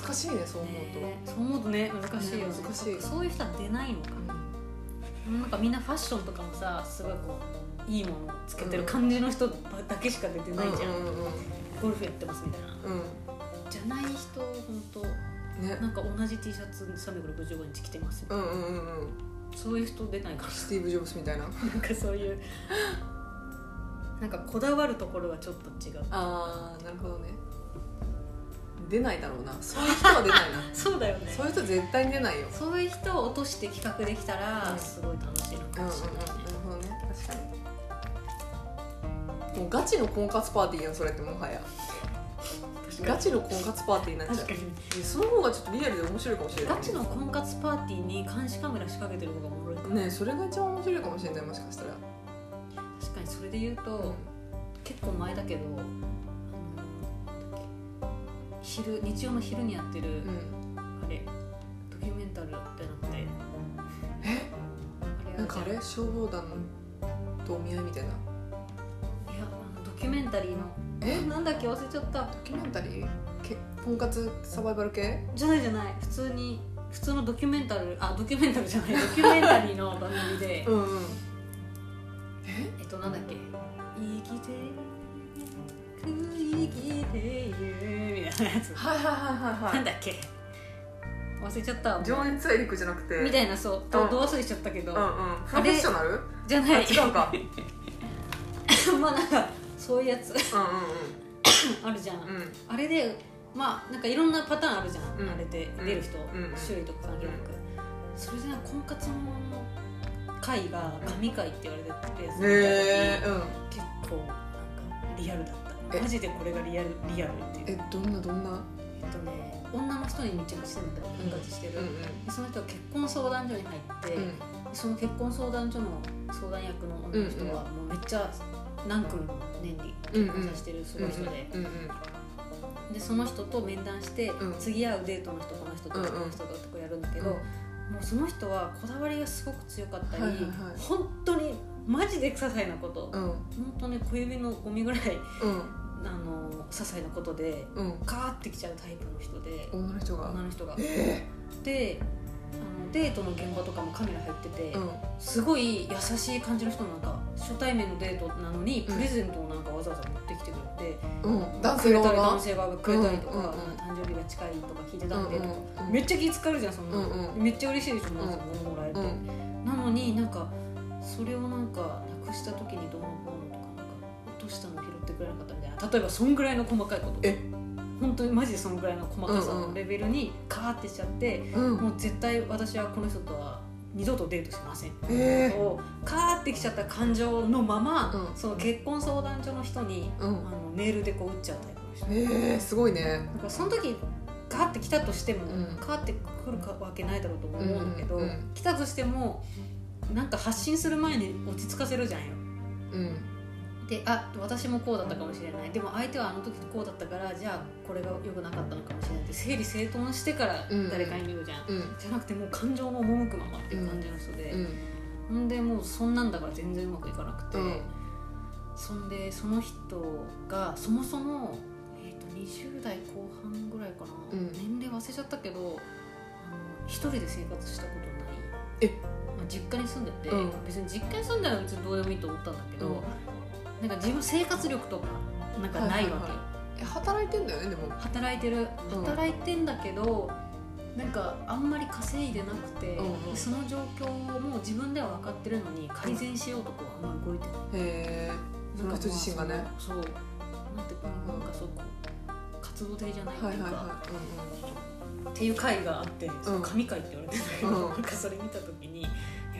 S2: 難しいねそう思うと、
S1: え、そう思うとね難しいよね
S2: ね難しい
S1: そういう人は出ないのか
S2: うん
S1: なんかみんなファッションとかもさすごいこういいものをつけてる感じの人だけしか出てないじゃん、
S2: うんうん
S1: ゴルフやってますみたいな
S2: うん
S1: じゃない人本当
S2: うんね
S1: なんか同じ T シャツ365日着てます、
S2: うんうんうんうん
S1: そういう人出ないか
S2: スティーブ・ジョブスみたいな
S1: らなんかそういうなんかこだわるところがちょっと違う
S2: あーなるほどね出ないだろうなそういう人は出 *laughs* ないな
S1: そうだよね
S2: そういう人絶対に出ないよ
S1: そういう人を落として企画できた
S2: う
S1: ら
S2: ん
S1: すごい楽しいの
S2: う
S1: か
S2: んうん
S1: も
S2: うん
S1: しれないね
S2: なるほどね確かにもうガチの婚活パーティーやんそれってもはやガチの婚活パーティーになっちゃ
S1: 確かに
S2: うその方がちょっとリアルで面白いかもしれない
S1: ガチの婚活パーティーに監視カメラ仕掛けてる方がおもろいかも、
S2: ねそれが一番面白いかもしれないもしかしたら
S1: 確かにそれで言うと、結構前だけどあのなんだっけ昼日曜の昼にやってる、
S2: うん
S1: あれドキュメンタルじゃなくて
S2: え
S1: あれ
S2: なんかあれ消防団とお見合いみたいない
S1: やあのドキュメンタリーの
S2: え
S1: あなんだっけ忘れちゃった
S2: ドキュメンタリー結婚活サバイバル系
S1: じゃないじゃない普通に普通のドキュメンタルあドキュメンタルじゃないドキュメンタリーの番組で、
S2: んうん
S1: えっとなんだっけ生きて生きているみたいなやつ、
S2: はいはいはいは
S1: *laughs* ないんだっけ忘れちゃった
S2: 情熱大陸じゃなくて
S1: みたいなそうとど忘れしちゃったけど、
S2: うんうんプロフェッショナル
S1: じゃ
S2: あ
S1: ない
S2: 違うか
S1: まあなんかそういうやつ
S2: う
S1: あるじゃん、
S2: んうんうん *laughs*
S1: あれでまあなんかいろんなパターンあるじゃん、
S2: うん
S1: あれで出る人、
S2: うんうん
S1: 周囲とか関係なく、それでなんか婚活の会が神会って言われてて、
S2: うんへえうん
S1: 結構なんかリアルだった
S2: え
S1: マジでこれがリアルリアルっていう
S2: えどんなどんな
S1: えっとね女の人に密着してるんだよ婚活してる、
S2: うん
S1: でその人は結婚相談所に入って、
S2: うん
S1: その結婚相談所の相談役の女の人はもうめっちゃ何組も年に結婚させてるすごい人で、
S2: うんうん
S1: でその人と面談して、
S2: うん
S1: 次会うデートの人この人とこ
S2: うんうん
S1: の人ととかやるんだけ
S2: け
S1: ど、もうその人はこだわりがすごく強かったり、
S2: はいはいはい
S1: 本当にマジで些細なこと、
S2: うん
S1: 本当ね小指のゴミぐらい
S2: うん
S1: あの些細なことで
S2: うん
S1: ガーってきちゃうタイプの人で
S2: 女の人が
S1: 女の人が。
S2: え
S1: であのデートの現場とかもカメラ入ってて、
S2: えうん
S1: すごい優しい感じの人なんか初対面のデートなのに
S2: うん
S1: プレゼントをなんかわざわざ持ってきてくれて、
S2: うん男性
S1: く
S2: 側
S1: れたり
S2: が
S1: 男性側がくれたりとか、
S2: うんうんうん
S1: 誕生日が近いとか聞いてたんで、とか
S2: うん
S1: めっちゃ気使うじゃんそんなの、
S2: うんう
S1: めっちゃ嬉しいでしょ
S2: ん
S1: まず物もらえて、
S2: うん
S1: なのになんかそれをなんかなくした時にどうのこうのとかなんか落としたの拾ってくれなかったみたいな例えばそんぐらいの細かいこと
S2: え
S1: 本当にマジでそのぐらいの細かさ
S2: うんう
S1: の
S2: ん
S1: レベルにカーってしちゃって、
S2: うんうん
S1: もう絶対私はこの人とは二度とデートしません
S2: ええ
S1: をカーってきちゃった感情のまま、
S2: うん
S1: その結婚相談所の人に
S2: う
S1: あ
S2: ん
S1: のメールでこう打っちゃうタイプの人
S2: ええすごいね
S1: なんかその時ガーって来たとしても、
S2: うん
S1: ガーって来るわけないだろうと思うんだけど、
S2: うんうん
S1: 来たとしてもなんか発信する前に落ち着かせるじゃんよ
S2: うん
S1: であ私もこうだったかもしれないでも相手はあの時こうだったからじゃあこれが良くなかったのかもしれないって整理整頓してから
S2: うん
S1: 誰かに言うじゃん、
S2: うん
S1: じゃなくてもう感情の赴くままっていう感じの人で、
S2: うん
S1: ほんでもうそんなんだから全然うまくいかなくて、
S2: うん
S1: そんでその人がそもそも、えー、と20代後半ぐらいかな、
S2: うん
S1: 年齢忘れちゃったけどあの一人で生活したことない
S2: え
S1: まあ、実家に住んでて、
S2: うん
S1: 別に実家に住んだら別にどうでもいいと思ったんだけど、
S2: う
S1: なんか自分生活力とかなんかないわけよ、
S2: はいはいはえ働いてんだよねでも
S1: 働いてる
S2: うん
S1: 働いてんだけど、なんかあんまり稼いでなくて、
S2: うんうん
S1: その状況をもう自分では分かってるのに改善しようとこはあんまり動いてない
S2: へえその人自身がね
S1: なんかまあそのそうなんていうかな
S2: うん
S1: なんかそうこう活動停じゃないって
S2: はいいう
S1: か、
S2: はいはいうんうん
S1: っていう会があってその神会って言われてたけど、
S2: うん
S1: なんかそれ見た時にいや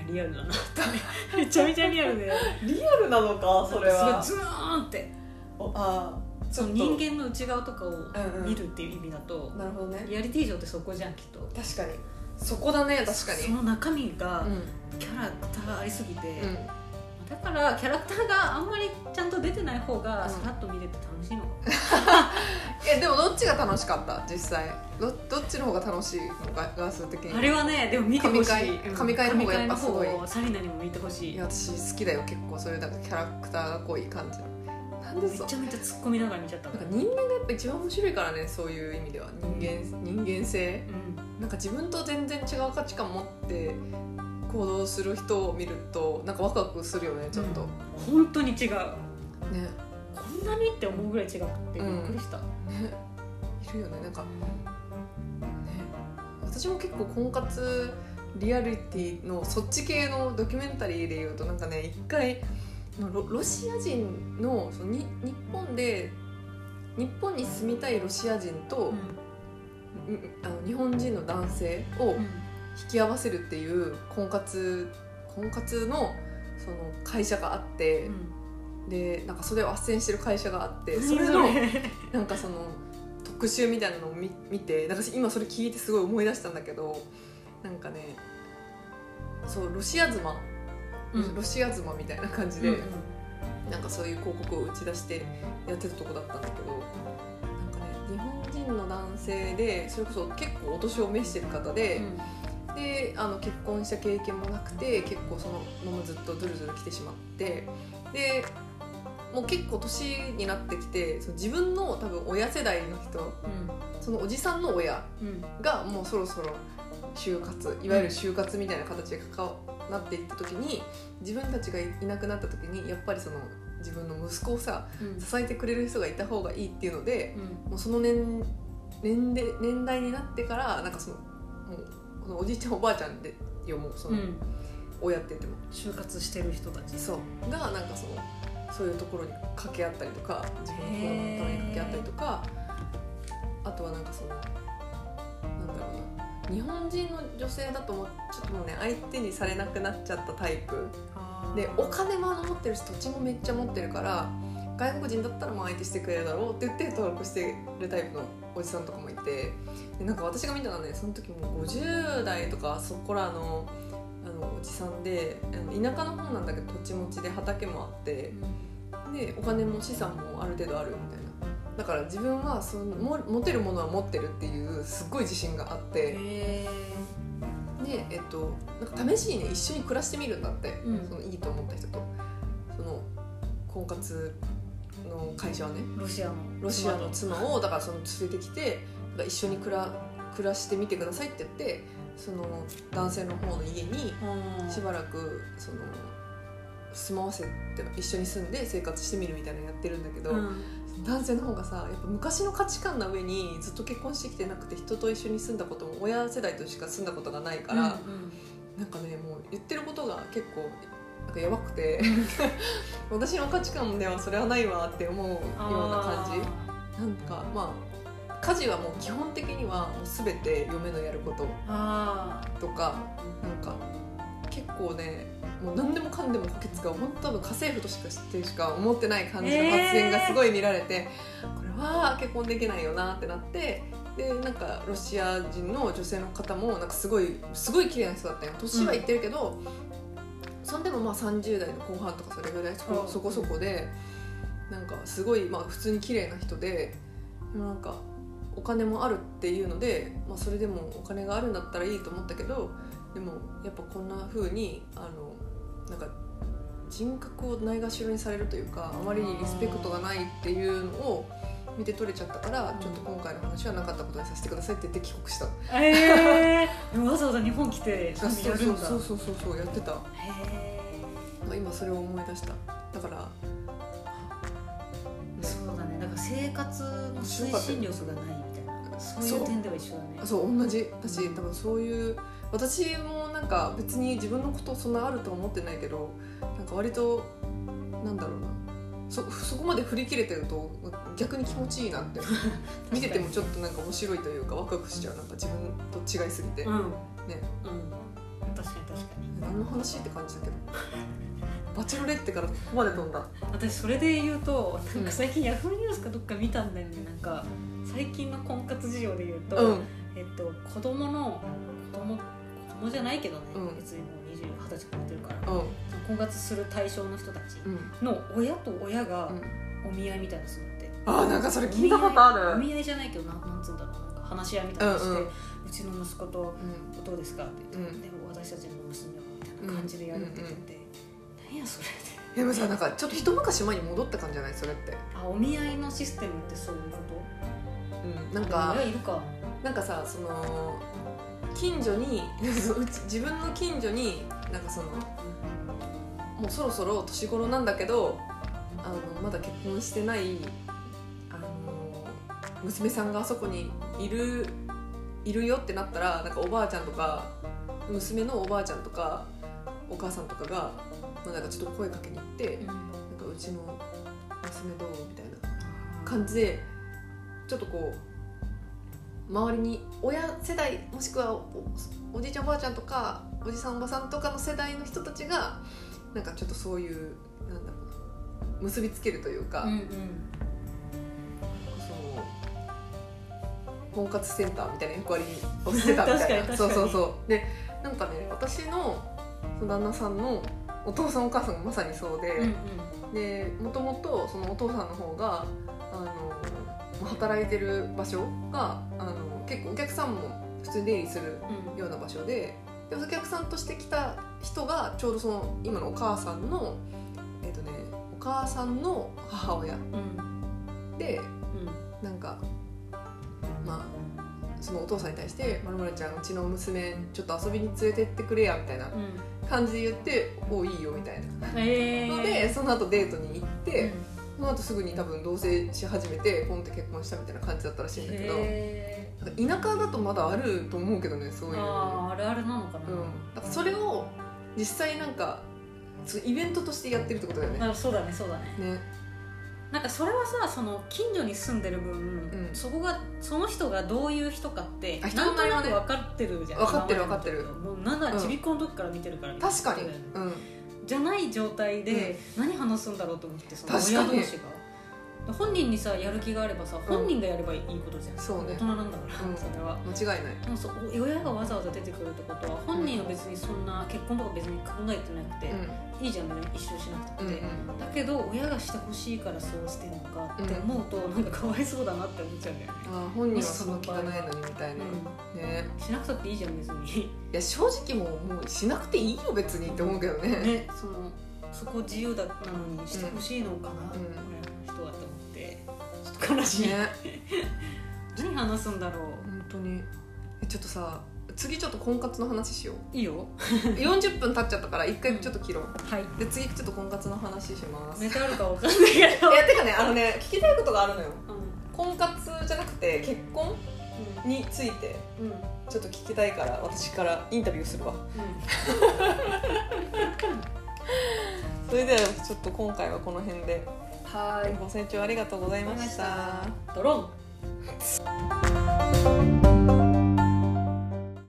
S1: リアルだなって
S2: *laughs*
S1: めちゃめちゃリアルで
S2: リアルなのかそれは
S1: すごいズーンって
S2: ああ
S1: その人間の内側とかを
S2: んうん
S1: 見るっていう意味だと、
S2: なるほどね
S1: リアリティ上ってそこじゃんきっと。
S2: 確かにそこだね確か
S1: そ
S2: に
S1: の中身が
S2: うん
S1: キャラクターありすぎて、
S2: うん
S1: だからキャラクターがあんまりちゃんと出てない方
S2: う
S1: が
S2: ん
S1: さらっと見れて楽しいのかも、
S2: えでもどっちが楽しかった実際どどっちの方が楽しいのかガース的に
S1: あれはねでも見てほしい
S2: 神回神回の方がやっぱすご
S1: 神
S2: い
S1: 回の方をサリナにも見てほしい
S2: い
S1: め
S2: や私好きだよ結構そういうなんかキャラクターが濃い感じのなんでそう
S1: ちゃめちゃ突っ込みながら見ちゃった
S2: なん
S1: か、
S2: から人間がやっぱ一番面白いからねそういう意味では人間人間性
S1: うん
S2: なんか自分と全然違う価値観持って行動する人を見るとなんかワクワクするよねちょっと、
S1: 本当に違う
S2: ね
S1: こんなにって思うぐらい違くてび
S2: うん
S1: っくりした、
S2: ねいるよねなんかね私も結構婚活リアリティのそっち系のドキュメンタリーでいうとなんかね一回ロロシア人のそのに日本で日本に住みたいロシア人と、
S1: うん
S2: うんあの日本人の男性を引き合わせるっていう婚活婚活のその会社があって、でなんかそれを斡旋してる会社があってそれのなんかその特集みたいなのを見見てなんか今それ聞いてすごい思い出したんだけどなんかねそうロシア妻、ロシア妻みたいな感じで、なんかそういう広告を打ち出してやってたとこだったんだけどなんかね日本人の男性でそれこそ結構お年を召してる方で。であの結婚した経験もなくて結構そのままずっとずるずる来てしまってでもう結構年になってきてその自分の多分親世代の人そのおじさんの親がもうそろそろ就活いわゆる就活みたいな形で関わなっていった時に自分たちがいなくなった時にやっぱりその自分の息子をさ
S1: うん
S2: 支えてくれる人がいた方がいいっていうのでもうその年年で年代になってからなんかそのもうこのおじいちゃんおばあちゃんでよもうそ
S1: うんう
S2: の
S1: ん
S2: 親って言っても、
S1: 就活してる人たち
S2: そうがなんかそのそういうところに掛け合ったりとか自分の子供のために掛け合ったりとかあとはなんかそのなんだろうな日本人の女性だともうちょっともうね相手にされなくなっちゃったタイプでお金も持ってるし土地もめっちゃ持ってるから外国人だったらもう相手してくれるだろうって言って登録してるタイプのおじさんとかもいてでなんか私が見たのはねその時もう50代とかそこらのあのおじさんであの田舎の方なんだけど土地持ちで畑もあってでお金も資産もある程度あるみたいなだから自分はそのも持てるものは持ってるっていうすっごい自信があって。
S1: へ
S2: で、えっと、なんか試しにね一緒に暮らしてみるんだって、
S1: うん
S2: そのいいと思った人とその婚活の会社はね
S1: ーロシアの
S2: ロシアの
S1: 妻
S2: 妻をだからその連れてきてだから一緒に暮ら暮らしてみてくださいって言ってその男性の方の家に
S1: とうん
S2: しばらくその住まわせて一緒に住んで生活してみるみたいなのやってるんだけど、
S1: うん
S2: 男性の方がさやっぱ昔の価値観な上にずっと結婚してきてなくて人と一緒に住んだことも親世代としか住んだことがないから。
S1: うん
S2: なんかねもう言ってることが結構なんかやばくて *laughs* 私の価値観ではそれはないわって思うような感じなんかまあ家事はもう基本的にはもう全て嫁のやること
S1: あー
S2: とかなんか結構ねもう何でもかんでもこき使う本当多分家政婦としか知ってしか思ってない感じの発言がすごい見られて、これは結婚できないよなってなってでなんかロシア人の女性の方もなんかすごいすごい綺麗な人だったよ年はいってるけど、そんでもまあ30代の後半とかそれぐらいそこ
S1: うん
S2: そこそこでなんかすごいまあ普通に綺麗な人ででもなんかお金もあるっていうので、まあ、それでもお金があるんだったらいいと思ったけどでもやっぱこんな風にあのなんか人格をないがしろにされるというかあまりにリスペクトがないっていうのを見て取れちゃったから、
S1: うん
S2: ちょっと今回の話はなかったことにさせてくださいって言って帰国した
S1: えー、で *laughs* もわざわざ日本来て
S2: そう
S1: や
S2: そう
S1: るんだ
S2: そうそうそうそうやってた
S1: へ
S2: 今それを思い出しただから
S1: ーそうだねだから生活の推進力がないみたいなそういう点では一緒だね
S2: そう同じだし多分そういう私もなんか別に自分のことそんなあるとは思ってないけどなんか割となんだろうなそそこまで振り切れてると逆に気持ちいいな *laughs* って見ててもちょっとなんか面白いというかワクワクしちゃうなんか自分と違いすぎて、
S1: うん
S2: ね
S1: うん確かに確かに
S2: 何の話って感じだ *laughs* けどバチェロレッテからここまで飛んだ
S1: 私それで言うとなん
S2: うん
S1: か最近ヤフーニュースかどっか見たんだよねなんか最近の婚活事情で言うと、
S2: うん
S1: えっと、子供の子供子供じゃないけどね、
S2: うん
S1: 別にもう20 20歳超えてるから
S2: うん
S1: 婚活する対象の人たち
S2: うん
S1: の親と親が
S2: うん
S1: お見合いみたいなするって
S2: あーなんかそれ聞いたことあ
S1: お
S2: る
S1: 見合いじゃないけどなんなんつうんだろうなんか話し合いみたいなのして、う
S2: うんうん
S1: ちの息子と
S2: うん
S1: どうですかって言って、
S2: うん
S1: でも私たちの娘はみたいな感じでやるって言ってて、なんやそれって
S2: でもさなんかちょっと一昔前に戻った感じじゃないそれって
S1: あお見合いのシステムってそういうこ
S2: うんな
S1: と
S2: んか
S1: でも親いるか
S2: なんかさその近所に *laughs* うち自分の近所になんかそのもうそろそろ年頃なんだけどあのまだ結婚してないあの娘さんがあそこにいるいるよってなったらなんかおばあちゃんとか娘のおばあちゃんとかお母さんとかが、まあ、なんかちょっと声かけに行って
S1: うん
S2: 「なんかうちの娘どう?」みたいな感じでちょっとこう周りに親世代もしくはおおじいちゃんおばあちゃんとかおじさんおばさんとかの世代の人たちがなんかちょっとそういうなんだろうな結びつけるというか、
S1: うんうん
S2: その婚活センターみたいな役割をしてたみたい
S1: 確か
S2: な
S1: に確かに
S2: そうそうそうでなんかね私のその旦那さんのお父さんお母さんがまさにそうで。
S1: うんうん
S2: でもともとそのお父さんの方があの働いてる場所があの結構お客さんも普通に出入りする
S1: うん
S2: ような場所ででお客さんとして来た人がちょうどその今のお母さんのえっ、とねお母さんの母親
S1: うん
S2: で
S1: うん
S2: なんかまあそのお父さんに対して「まるまるちゃんうちの娘ちょっと遊びに連れてってくれや」みたいな感じで言って「おういいよ」みたいな
S1: え
S2: の
S1: ー
S2: でその後デートに行って、その後すぐに多分同棲し始めてポンって結婚したみたいな感じだったらしいんだけど、
S1: へ
S2: なんか田舎だとまだあると思うけどねそうい
S1: ー
S2: うの、
S1: あーあるあるなのかな、
S2: うん、だからそれを実際なんかそうイベントとしてやってるってことだよね
S1: まあそうだねそうだね
S2: ね
S1: なんかそれはさその近所に住んでる分、
S2: ん
S1: そこがその人がどういう人かってな
S2: あ
S1: ん
S2: 人の
S1: と
S2: 名前は
S1: な
S2: ね
S1: く分かってるじゃん
S2: 分かってる
S1: 今までの
S2: 分か
S1: 時もうなんなら
S2: うん
S1: ちびっ子の時から見てるからみたいな
S2: 確かに、
S1: そうだよね
S2: うん、
S1: じゃない状態で何話すんだろうと思ってその
S2: 確か
S1: 親
S2: に
S1: 同士が本人にさやる気があればさ
S2: うん
S1: 本人がやればいいことじゃん、
S2: そうね
S1: 大人なんだから、
S2: うん
S1: それは。
S2: 間違いない
S1: でもそう親がわざわざ出てくるってことは本人は別にそんな結婚とか別に考えてなくて、いいじゃん別に一生しなく
S2: う
S1: て、
S2: ん、うん
S1: だけど親がしてほしいからそうしてるのかって思うとなんかかわいそうだなって思っちゃうんだよね、
S2: あー本人はその気がないのにみたいな、
S1: う
S2: ね
S1: ん、しなくたっていいじゃん別に
S2: いや正直もうもうしなくていいよ別にって思うけどね
S1: ねそのそこ自由だなのにしてほしいのかな、
S2: うんうん
S1: 親の人はと思ってちょっと悲しい、
S2: ね
S1: 何話すんだろ
S2: 本当にえちょっとさ次ちょっと婚活の話しよう
S1: ういいよ *laughs*
S2: 40分経っちゃったから一回ちょっと切ろう
S1: はい
S2: で次ちょっと婚活の話します
S1: ネタあるかわかんないけど
S2: *laughs* いやてかねあのね聞きたいことがあるのよ
S1: うん
S2: 婚活じゃなくて結婚について
S1: うんうん
S2: ちょっと聞きたいから私からインタビューするわそれではちょっと今回はこの辺で
S1: はーい
S2: ご清聴ありがとうございました
S1: ドロン